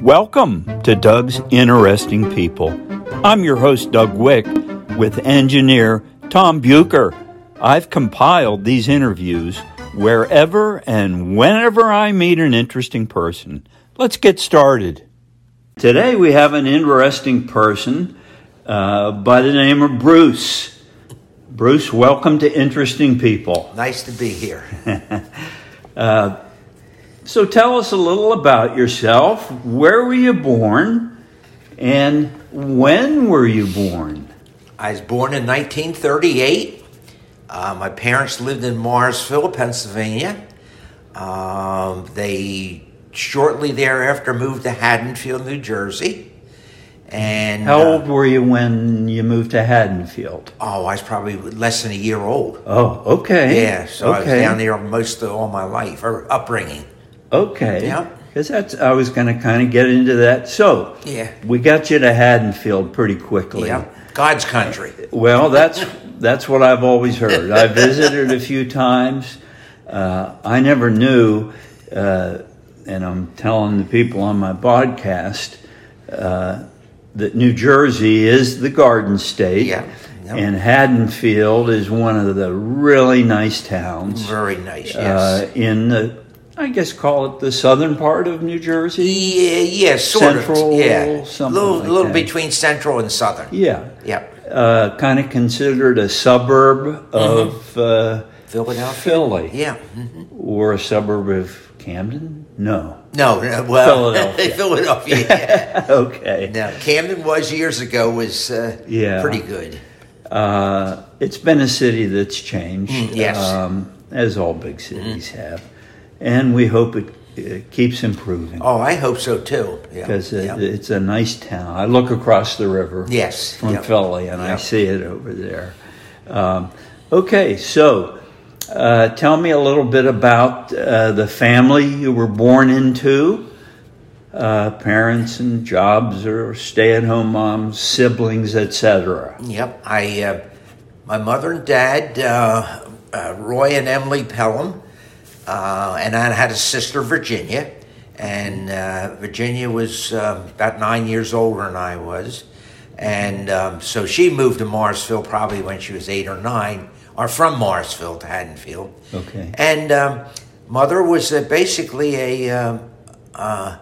Welcome to Doug's Interesting People. I'm your host, Doug Wick, with engineer Tom Bucher. I've compiled these interviews wherever and whenever I meet an interesting person. Let's get started. Today we have an interesting person uh, by the name of Bruce. Bruce, welcome to Interesting People. Nice to be here. So tell us a little about yourself. Where were you born? And when were you born? I was born in 1938. Uh, my parents lived in Morrisville, Pennsylvania. Um, they shortly thereafter moved to Haddonfield, New Jersey. And How uh, old were you when you moved to Haddonfield? oh, I was probably less than a year old. Oh, okay. Yeah, so I was okay. down there most of all my life or upbringing. Okay. Yeah. Because that's I was going to kind of get into that. So Yeah. we got you to Haddonfield pretty quickly. Yeah, God's country. Well, that's that's what I've always heard. I visited a few times. Uh, I never knew, uh, and I'm telling the people on my podcast uh, that New Jersey is the Garden State, Yeah, yeah. and Haddonfield is one of the really nice towns Very nice. Yes. uh, in the, I guess, call it the southern part of New Jersey. yeah, yeah, sort Central, of. Yeah, something little, like little that. between central and southern. Yeah, Yeah. uh, kind of considered a suburb of uh, Mm-hmm. Philadelphia? Philly, Yeah. mhm. or a suburb of Camden? No. No, no, well, Philadelphia. Philadelphia. yeah. Okay. Now, Camden was years ago was uh, Yeah. pretty good. Uh, it's been a city that's changed, Mm, yes. Mm. um, as all big cities have, and we hope it, it keeps improving Oh, I hope so too. Yeah. because uh, yeah. it's a nice town. I look across the river yes, from yeah. Philly, and I Yeah. see it over there. Um, okay, so. Uh, tell me a little bit about uh, the family you were born into. Uh, parents and jobs, or stay-at-home moms, siblings, etc. Yep. I, uh, my mother and dad, uh, uh, Roy and Emily Pelham, uh, and I had a sister, Virginia, and uh, Virginia was uh, about nine years older than I was, and um, so she moved to Morrisville probably when she was eight or nine, or from Morrisville to Haddonfield. Okay. And um, mother was uh, basically a. Um, uh,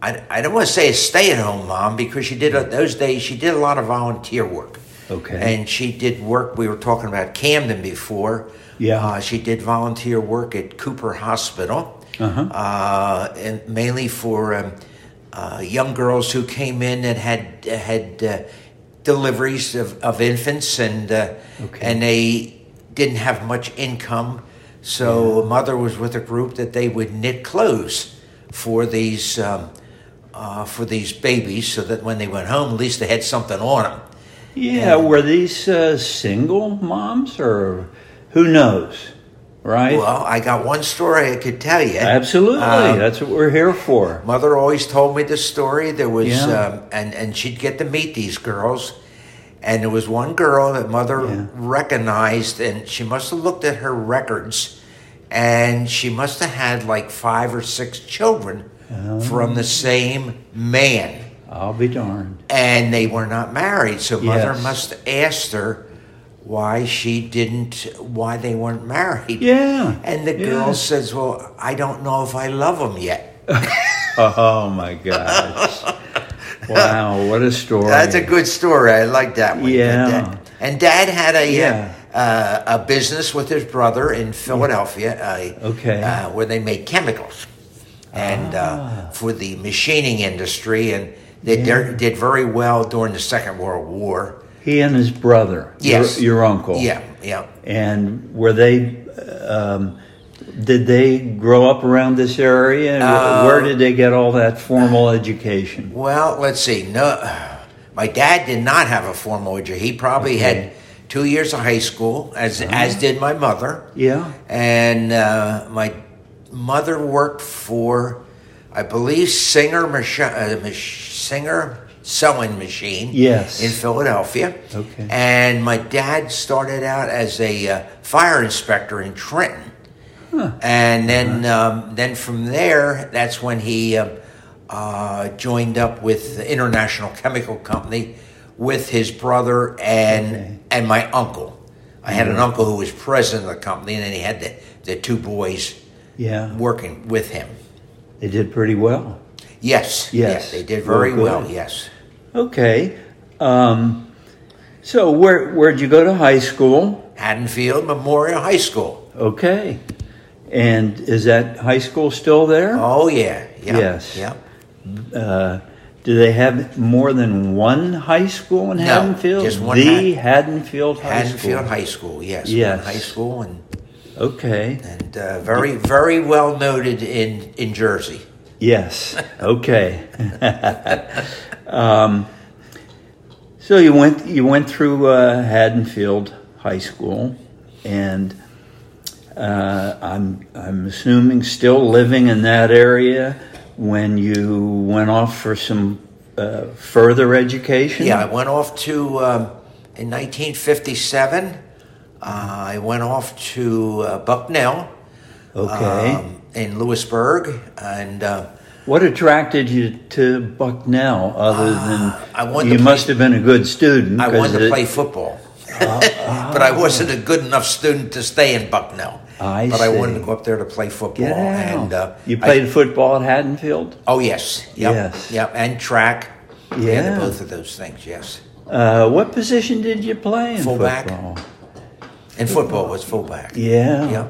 I, I don't want to say a stay-at-home mom because she did those days she did a lot of volunteer work. Okay. And she did work. We were talking about Camden before. Yeah. Uh, she did volunteer work at Cooper Hospital, Uh-huh. uh, and mainly for um, uh, young girls who came in and had had uh, deliveries of, of infants, and uh, Okay. and they didn't have much income, so mother was with a group that they would knit clothes for these. Um, uh, for these babies, so that when they went home, at least they had something on them. Yeah, were these uh, single moms or who knows, right? Well, I got one story I could tell you. Absolutely, Um, that's what we're here for. Mother always told me this story. There was, Yeah. um, and and she'd get to meet these girls, and there was one girl that mother Yeah. recognized, and she must have looked at her records, and she must have had like five or six children Oh. from the same man, I'll be darned. and they were not married. So mother Yes. must have asked her why she didn't, why they weren't married. Yeah. And the yeah. girl says, "Well, I don't know if I love him yet." Oh my gosh! wow, what a story. That's a good story. I like that one. Yeah. And Dad, and Dad had a Yeah. uh, uh, a business with his brother in Philadelphia. Uh, Okay. Ah. Uh, where they made chemicals, and uh, for the machining industry, and they Yeah. did did very well during the Second World War. He and his brother. Yes. Your, your uncle. Yeah, yeah. And were they? Um, did they grow up around this area? Uh, Where did they get all that formal education? Well, let's see. No, my dad did not have a formal education. He probably had two years of high school, as Uh-huh. as did my mother. Yeah. and uh, my mother worked for, I believe, Singer Machi- uh, Mach- Singer Sewing Machine. Yes. in Philadelphia. Okay. and my dad started out as a uh, fire inspector in Trenton, and then um, then from there, that's when he. Um, uh, joined up with the International Chemical Company with his brother and and my uncle. I had an Mm-hmm. uncle who was president of the company, and then he had the, the two boys Yeah. working with him. They did pretty well. Yes, Yes. they did very Well, good. well. Yes, Okay. Um, so where where'd you go to high school? Haddonfield Memorial High School. Okay. And is that high school still there? Oh yeah, yeah, Yes. yeah. Uh, do they have more than one high school in No, Haddonfield? just one the Haddonfield High Haddonfield School. High School. Yes, Yes. high school and Okay. and uh, very very well noted in in Jersey. Yes. Okay. um, so you went you went through uh, Haddonfield High School, and uh, I'm I'm assuming still living in that area when you went off for some uh, further education. Yeah, I went off to um, in 1957. Uh, I went off to uh, Bucknell. Okay. um, in Lewisburg, and uh, What attracted you to Bucknell other than Ah, I wanted you to play- must have been a good student? I 'cause wanted it- Oh, to play football. but I wasn't a good enough student to stay in Bucknell. I but I wanted see. to go up there to play football. Get out. And uh, you I- played football at Haddonfield. oh yes, yep, Yes. yep, and track. Yeah, Yeah. both of those things. Yes, Uh, what position did you play in Fullback. football? and football was fullback. Yeah. Yeah.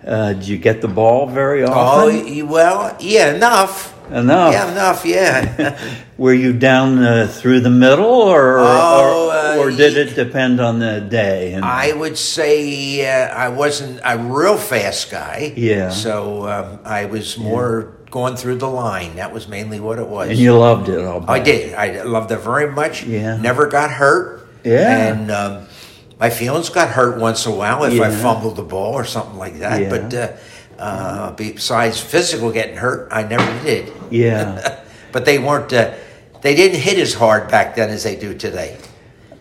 Uh, did you get the ball very Oh often? y- well, yeah, enough. Enough. Yeah, enough. Yeah. Were you down uh, through the middle, or Oh, or, or uh, did it depend on the day? And, I would say uh, I wasn't a real fast guy. Yeah. So um, I was more going through the line. That was mainly what it was. and you loved it, all. I did. I loved her very much. Yeah. Never got hurt. Yeah. And um, my feelings got hurt once in a while if I Yeah. fumbled the ball or something like that. Yeah. But uh, uh, besides physical getting hurt, I never did. Yeah. But they weren't. Uh, they didn't hit as hard back then as they do today.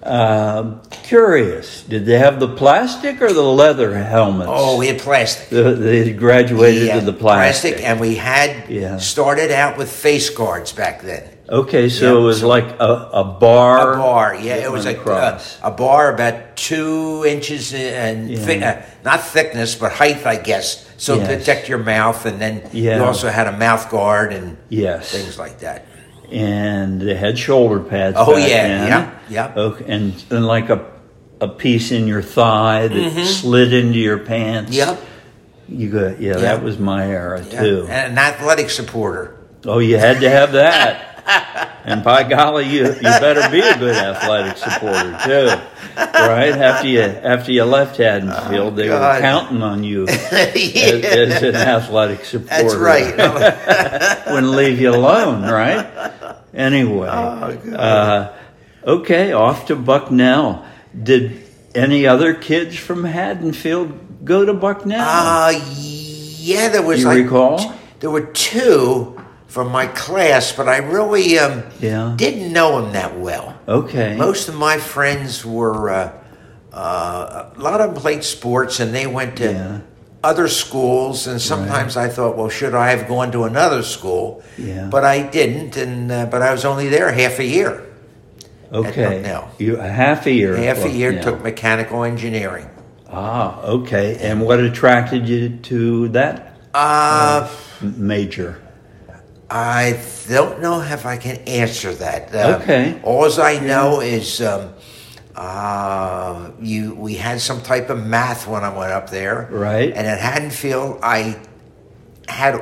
Um curious. Did they have the plastic or the leather helmets? Oh, we had plastic. The- they graduated Yeah, to the plastic. uh, and we had Yeah. started out with face guards back then. Okay, so Yeah, it was like a, a bar. A bar, yeah, that it was uh, went a, a across. a bar about two inches and thi- Yeah. uh, not thickness, but height, I guess. So Yes. to protect your mouth, and then Yeah. you also had a mouth guard and yes. things like that. and they had shoulder pads. Oh, back yeah, then. yeah, yeah. Okay, and and like a a piece in your thigh that slid into your pants. Mm-hmm. Yep, You got yeah, Yeah. That was my era yeah. too. and an athletic supporter. oh, you had to have that. and by golly, you you better be a good athletic supporter too, right? After you after you left Haddonfield, they were God. counting on you. As, Yeah, as an athletic supporter, that's right. wouldn't leave you alone, right? Anyway, Oh, uh, okay, off to Bucknell. Did any other kids from Haddonfield go to Bucknell? Uh, yeah, there was you like recall? There were two from my class, but I really um, Yeah. didn't know them that well. Okay. Most of my friends were, uh, uh, a lot of them played sports and they went to Yeah. other schools. And sometimes I thought, well, should I have gone to another school? Yeah. But I didn't, and uh, but I was only there half a year. okay. Bucknell. You a half a year. at Half a year Bucknell. took mechanical engineering. Ah, okay. And what attracted you to that Uh, m- major? I don't know if I can answer that. Um, Okay. All I know is um, uh, you. We had some type of math when I went up there, Right. And at Haddonfield, I had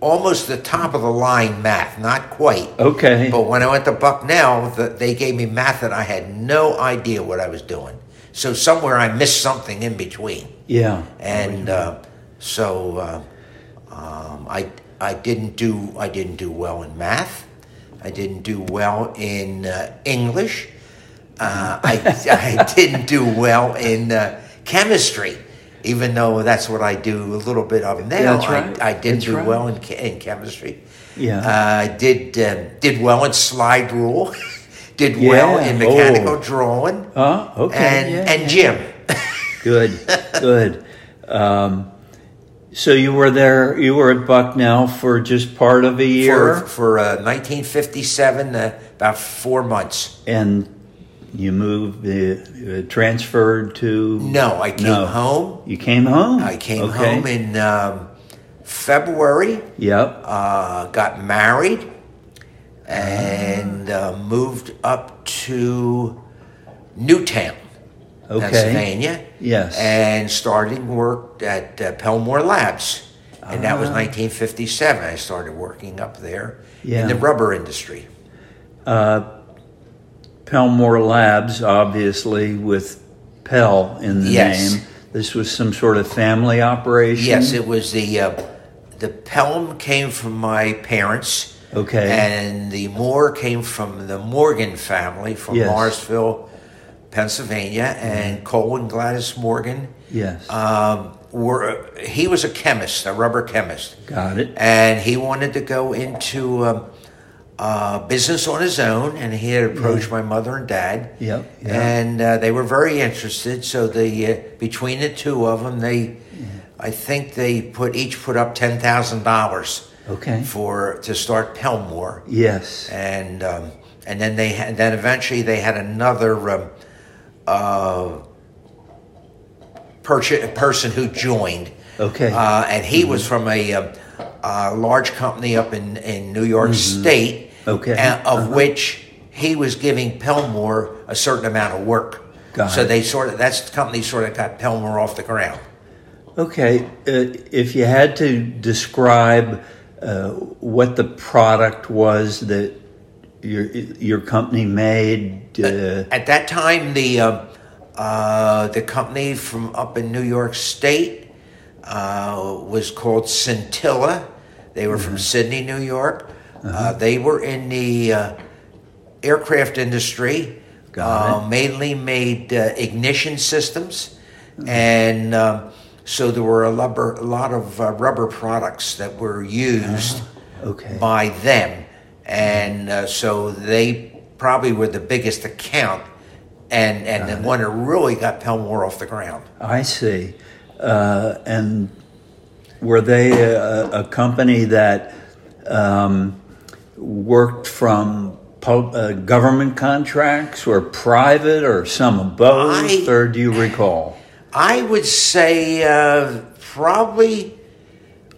almost the top of the line math, not quite. Okay. But when I went to Bucknell, the, they gave me math that I had no idea what I was doing. So somewhere I missed something in between yeah. and uh, so uh, um, I I didn't do I didn't do well in math. I didn't do well in uh, English. Uh, I I didn't do well in uh, chemistry, even though that's what I do a little bit of now. That's right. I, I did That's do right. well in che- in chemistry. Yeah. Uh, I did uh, did well in slide rule. did well Yeah. in mechanical Oh. drawing. Ah, okay. and yeah, and yeah. gym. Good, good. Um, So you were there. You were at Bucknell for just part of a year, for, for uh, 1957, uh, about four months. and you moved, uh, uh, transferred to. No, I came No. home. You came home. I came Okay. home in um, February. Yep. uh, got married and uh, moved up to Newtown, Okay. Pennsylvania. Yes. And started work at uh, Pelmore Labs. And that Ah. was 1957. I started working up there Yeah. in the rubber industry. Pelmore Labs, obviously with Pell in the Yes. name. This was some sort of family operation. Yes, it was the uh, the Pelham came from my parents. Okay. And the Moore came from the Morgan family from Yes. Mm-hmm. Morrisville, Pennsylvania, and Cole and Gladys Morgan yes. um, were he was a chemist, a rubber chemist, Got it. and he wanted to go into um, uh, business on his own, and he had approached my mother and dad. Yep, yeah. And uh, they were very interested. So the uh, between the two of them, they, I think they put each put up ten thousand dollars Okay. for to start Pelmore Yes. and um, and then they had, then eventually they had another um, uh, perch- person who joined. Okay. Mm-hmm. Uh, and he was from a, um a large company up in, in New York State, Mm-hmm. Okay. Uh-huh. a- of which he was giving Pelmore a certain amount of work. Got so it. they sort of that's the company sort of got Pelmore off the ground. Okay, uh, if you had to describe uh, what the product was that your your company made, uh, At that time, the uh, uh, the company from up in New York State uh, was called Scintilla. They were from Sydney, New York. uh they were in the uh, aircraft industry, Got uh, mainly made uh, ignition systems, and um, so there were a, rubber, a lot of uh, rubber products that were used okay, by them, and uh, so they probably were the biggest account, and and the one that really got Pelmore off the ground. I see. Uh, and were they a, a company that um, worked from pub, uh, government contracts or private or some of both, I- or do you recall? I would say uh, probably.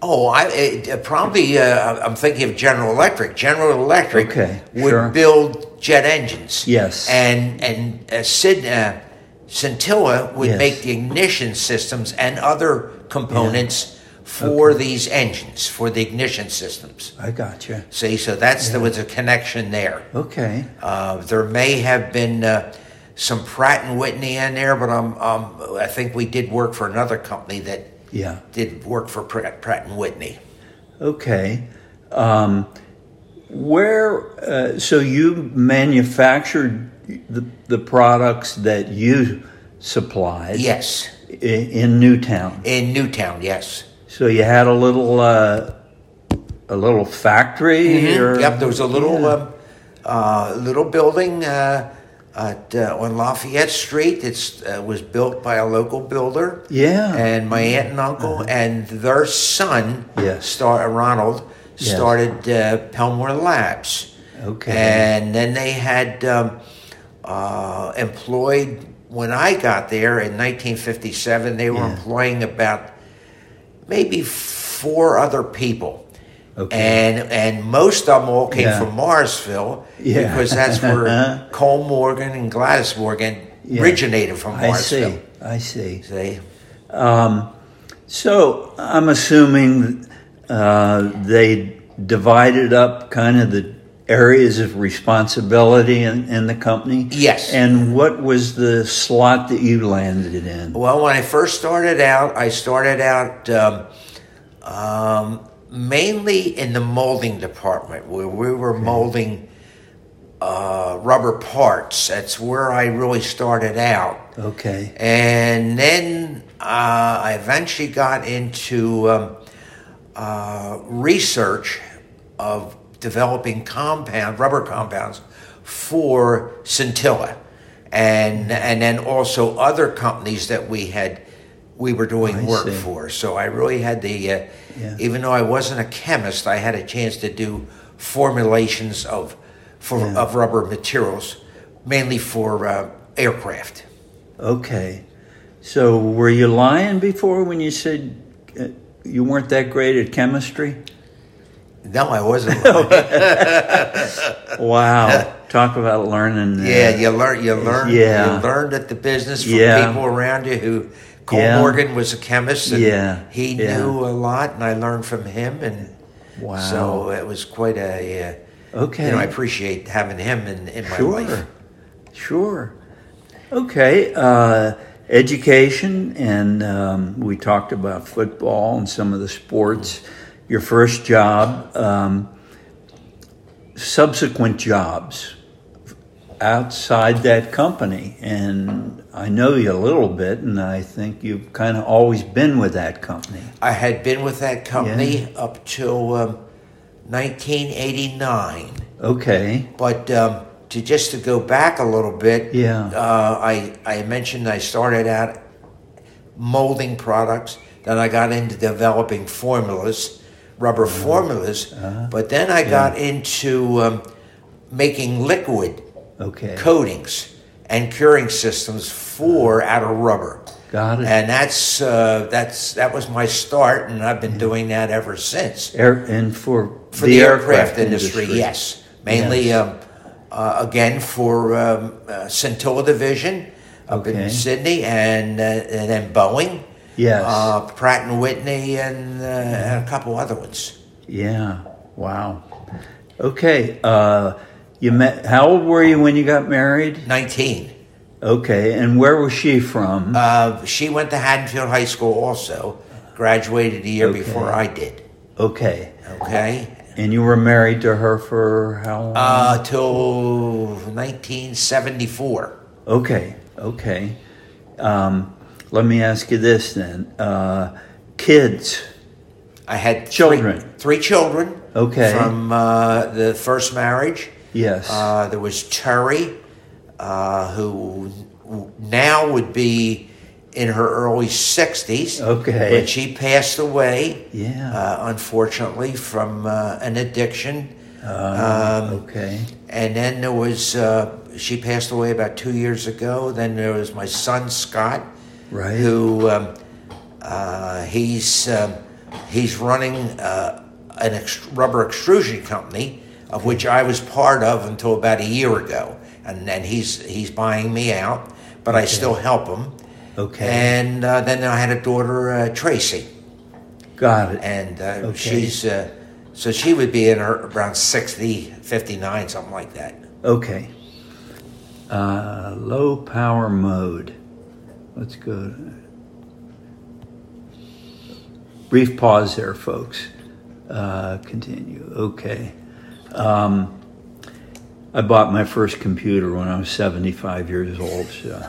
Oh, I it, uh, probably uh, I'm thinking of General Electric. General Electric Okay, would sure. build jet engines. Yes. and and uh, Sid, uh, Scintilla would Yes. make the ignition systems and other components for these engines for the ignition systems. I gotcha. See, so that's there was a connection there. Okay. Uh, there may have been uh, some Pratt and Whitney in there, but um, um, I think we did work for another company that Yeah. did work for Pratt, Pratt and Whitney. Okay. Um, where, uh, so you manufactured the, the products that you supplied Yes, i- in Newtown. in Newtown. Yes. So you had a little, uh, a little factory or? Mm-hmm. Yep, there was a little um, uh, little building uh, at, uh, on Lafayette Street. It's uh, was built by a local builder. Yeah. and my aunt and uncle and their son, Uh-huh. Yes. star uh, Ronald, Yes. started uh, Pelmore Labs. Okay. and then they had um, uh, employed when I got there in 1957. They were Yeah. employing about maybe four other people. Okay. And and most of them all came Yeah. from Morrisville Yeah. Uh-huh. because that's where Cole Morgan and Gladys Morgan Yeah. originated from I see. Morrisville. I see. See? So I'm assuming uh, they divided up kind of the areas of responsibility in, in the company. Yes. And what was the slot that you landed in? Well, when I first started out, I started out um, um, mainly in the molding department where we were molding uh, rubber parts. That's where I really started out. Okay. And then uh, I eventually got into um, uh, research of developing compound rubber compounds for Scintilla, and and then also other companies that we had we were doing I work see. for. So I really had the, uh, Yeah. even though I wasn't a chemist, I had a chance to do formulations of, for, Yeah. of rubber materials, mainly for uh, aircraft. Okay. So were you lying before when you said uh, you weren't that great at chemistry? No, I wasn't. lying. Wow. Talk about learning. uh, yeah, you learn, you learn, Yeah. you learned at the business from Yeah. people around you who. Cole Yeah. Morgan was a chemist. And Yeah. he Yeah. knew a lot, and I learned from him. And Wow. so it was quite a. Uh, okay. You know, I appreciate having him in, in my sure. life. Sure. Okay. Uh, education, and um, we talked about football and some of the sports. Your first job, um, subsequent jobs outside that company. And I know you a little bit, and I think you've kind of always been with that company. I had been with that company up till um, 1989. Okay. But um, to just to go back a little bit, Yeah. uh, I I mentioned I started out molding products, then I got into developing formulas, rubber formulas, Uh-huh. but then I got into um, making liquid Okay. coatings and curing systems for out of rubber. Uh-huh. Got it. And that's uh, that's that was my start, and I've been doing that ever since Air, and for, for the, aircraft, industry, Yes, mainly Yes. Um, uh, again for um, uh, Centilla Division up Okay. in Sydney, and uh, and then Boeing, Yes. uh, Pratt and Whitney, and, uh, and a couple other ones. Yeah. Wow. Okay. Uh, you met. How old were you when you got married? Nineteen. Okay. And where was she from? Uh, she went to Haddonfield High School, also graduated the year Okay. before I did. okay. Okay. And you were married to her for how long? Uh, till 1974. okay. Okay. Um, let me ask you this then. Uh, kids. I had three- Children. three, children. Okay. from uh, the first marriage. Yes. Uh, there was Terry, uh, who w- now would be in her early 60s. Okay. But she passed away, Yeah. uh, unfortunately, from uh, an addiction. um, okay. And then there was, uh, she passed away about two years ago. Then there was my son, Scott. Right. Who, um, uh, he's, um, he's running uh, an ex- rubber extrusion company, of which I was part of until about a year ago. And then he's, he's buying me out, but I still help him. Okay. And uh, then I had a daughter, uh, Tracy. Got it. And uh, Okay. she's, uh, so she would be in her around 60, 59, something like that. Okay. Uh, low power mode. Let's go. Brief pause there, folks. Uh, continue. Okay. Um, I bought my first computer when I was 75 years old, so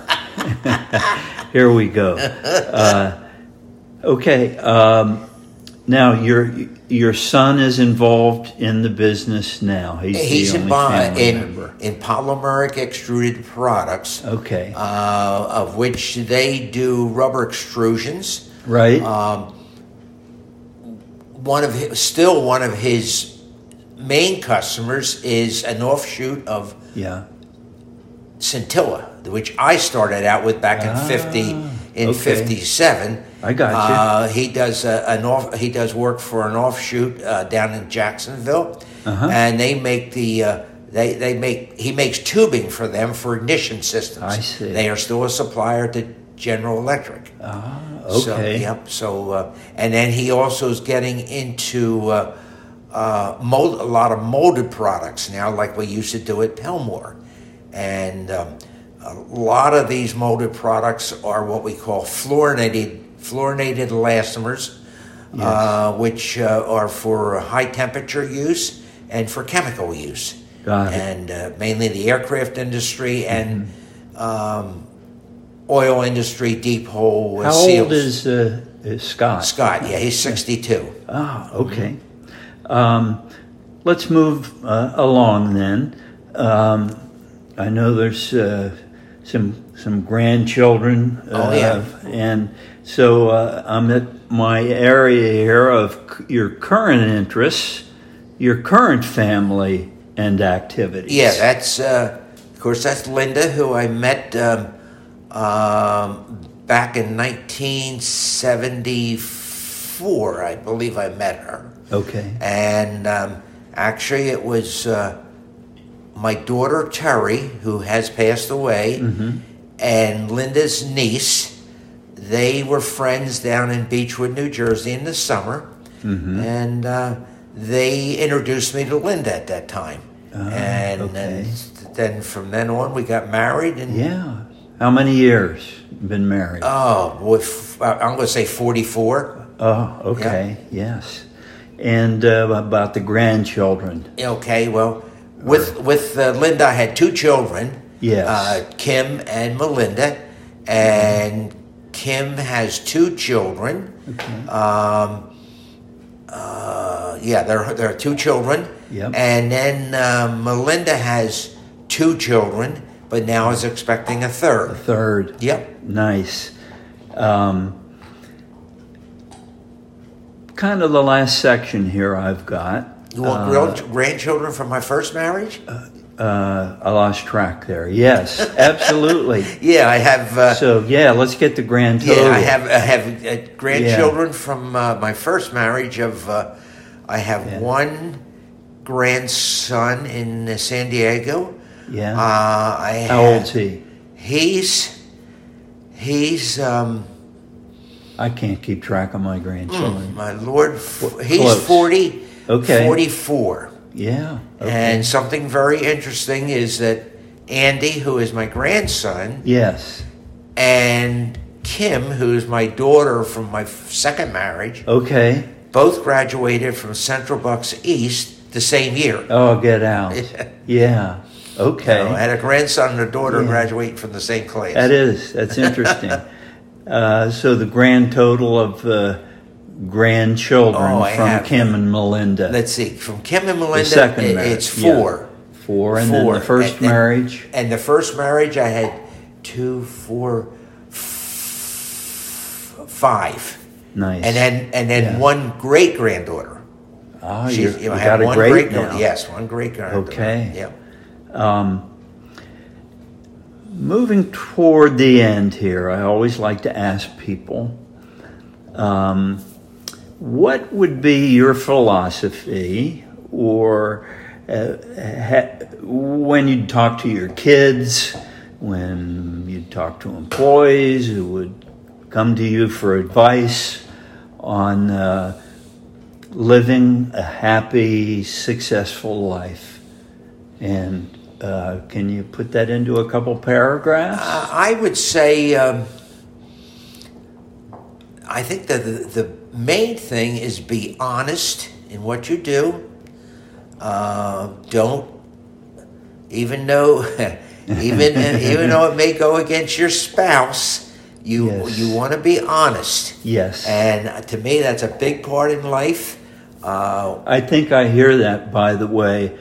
here we go. Uh, okay. Um, now your your son is involved in the business now. He's, He's the in, only bond, family in, member. Oh. in polymeric extruded products, Okay. uh, of which they do rubber extrusions. Uh, right. One of his, still one of his main customers is an offshoot of yeah. Scintilla, which I started out with back in Ah, fifty in okay. fifty seven. I got you. Uh, he does a, an off. He does work for an offshoot uh, down in Jacksonville, Uh-huh. and they make the. Uh, they, they make he makes tubing for them for ignition systems. I see. They are still a supplier to General Electric. Ah, So, okay. yep. So uh, and then he also is getting into uh, uh, mold, a lot of molded products now, like we used to do at Pelmore, and um, a lot of these molded products are what we call fluorinated fluorinated elastomers, uh, which uh, are for high temperature use and for chemical use, Got it. Mm-hmm. and uh, mainly the aircraft industry and. Um, oil industry deep hole uh, How seals. old is, uh, is Scott? Scott? Mm-hmm. Yeah, he's 62. Ah, okay. Um, let's move uh, along then. Um, I know there's uh, some some grandchildren. uh, Oh, yeah. And so uh, I'm at my area here of c- your current interests, your current family and activities. Yeah, that's uh, of course that's Linda, who I met um, um, back in 1974. I believe I met her, Okay. and um, actually it was uh, my daughter Terry, who has passed away, Mm-hmm. and Linda's niece. They were friends down in Beechwood, New Jersey, in the summer, Mm-hmm. and uh, they introduced me to Linda at that time. and then, Ah, okay. then from then on, we got married, and Yeah. How many years been married? oh boy, f- I- I'm going to say 44. oh, okay. Yes. And uh, about the grandchildren. Okay, well, with with uh, Linda, I had two children. Yes. uh, Kim and Melinda, and Kim has two children. Um, uh, yeah, there there are two children. Yep. And then uh, Melinda has two children, but now is expecting a third. Third. Yep. Nice. Um, kind of the last section here I've got. You want grand- grandchildren from my first marriage? Uh, I lost track there. Yes, absolutely. yeah, I have. Uh, so yeah, let's get the grand total. Yeah, I have I have uh, grandchildren from uh, my first marriage. Of uh, I have one grandson in uh, San Diego. Yeah. Uh, I How have, old's he? He's he's um, I can't keep track of my grandchildren. my lord. f- He's close. forty. Okay. Forty-four. Yeah. Okay. Hmm. And something very interesting is that Andy, who is my grandson, yes. and Kim, who's my daughter from my f- second marriage, Okay. both graduated from Central Bucks East the same year. Oh, get out. yeah. Okay. So I had a grandson and a daughter Yeah. graduating from the same class. That is. That's interesting. uh, so the grand total of uh, grandchildren Oh, I from have- Kim and Melinda. Let's see, from Kim and the Melinda, second i- marriage. it's yeah. four. Four, and Four. then the first And- and- marriage. And the first marriage, I had two, four, f- five. Nice. And then, and then Yeah. one great granddaughter. ah, She- you, I you had got a one great granddaughter. now. Yes, one great granddaughter. Okay. Yeah. Moving toward the end here, I always like to ask people um, what would be your philosophy or uh, ha- when you talk to your kids, when you talk to employees who would come to you for advice on uh, living a happy, successful life? And uh, can you put that into a couple paragraphs? Uh, I would say um, I think that the, the main thing is be honest in what you do. Uh, don't even though even even though it may go against your spouse, you Yes. you want to be honest. yes. And to me, that's a big part in life. Uh, I think I hear that, by the way,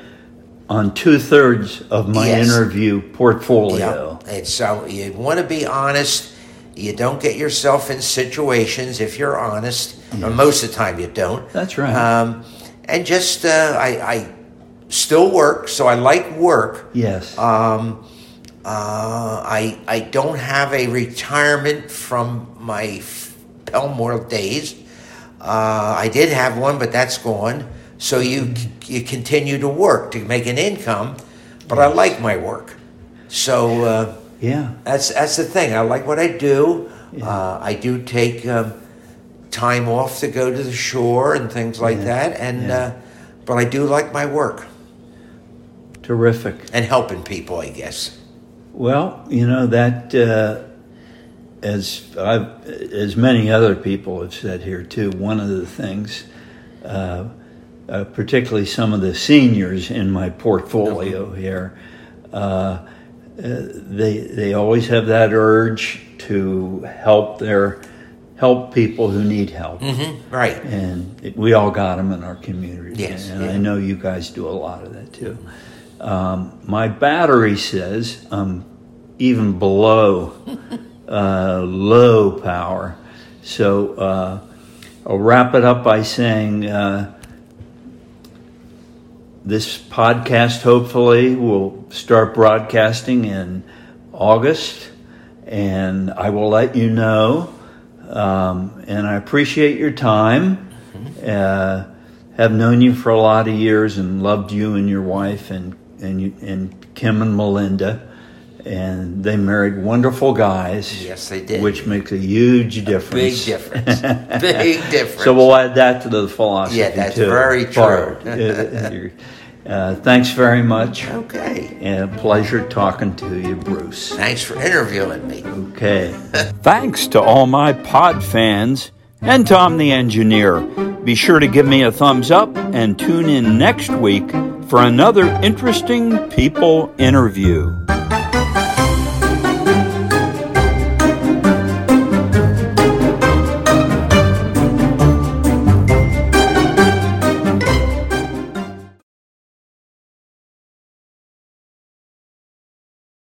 on two thirds of my Yes. interview portfolio. Yeah. And so you want to be honest. You don't get yourself in situations if you're honest. Or most of the time you don't. Mm-hmm. That's right. Um, and just, uh, I, I still work, so I like work. yes. Um, uh, I, I don't have a retirement from my f- Pelmore days. Uh, I did have one, but that's gone. So you Mm-hmm. you continue to work to make an income, but I like my work. So uh, yeah. that's that's the thing. I like what I do. Uh, I do take um, time off to go to the shore and things like Yeah, that. And yeah. uh, but I do like my work Terrific. and helping people. I guess. Well, you know that uh, as I've, as many other people have said here too. One of the things, uh, uh, particularly some of the seniors in my portfolio here, uh, uh, they they always have that urge to help their help people who need help, Right. and it, we all got them in our community. Yes, and yeah. I know you guys do a lot of that too. Um, my battery says I'm even below uh, low power. So uh, I'll wrap it up by saying uh, this podcast hopefully will start broadcasting in August, and I will let you know. Um, and I appreciate your time. Uh, have known you for a lot of years and loved you and your wife and and you, and Kim and Melinda, and they married wonderful guys. Yes, they did. which makes a huge Big difference. difference. Big difference. So we'll add that to the philosophy. Yeah, that's too. very true. Bart, uh, uh, thanks very much. okay. And a pleasure talking to you, Bruce. Thanks for interviewing me. Okay. Thanks to all my pod fans and Tom the engineer. Be sure to give me a thumbs up and tune in next week for another interesting people interview.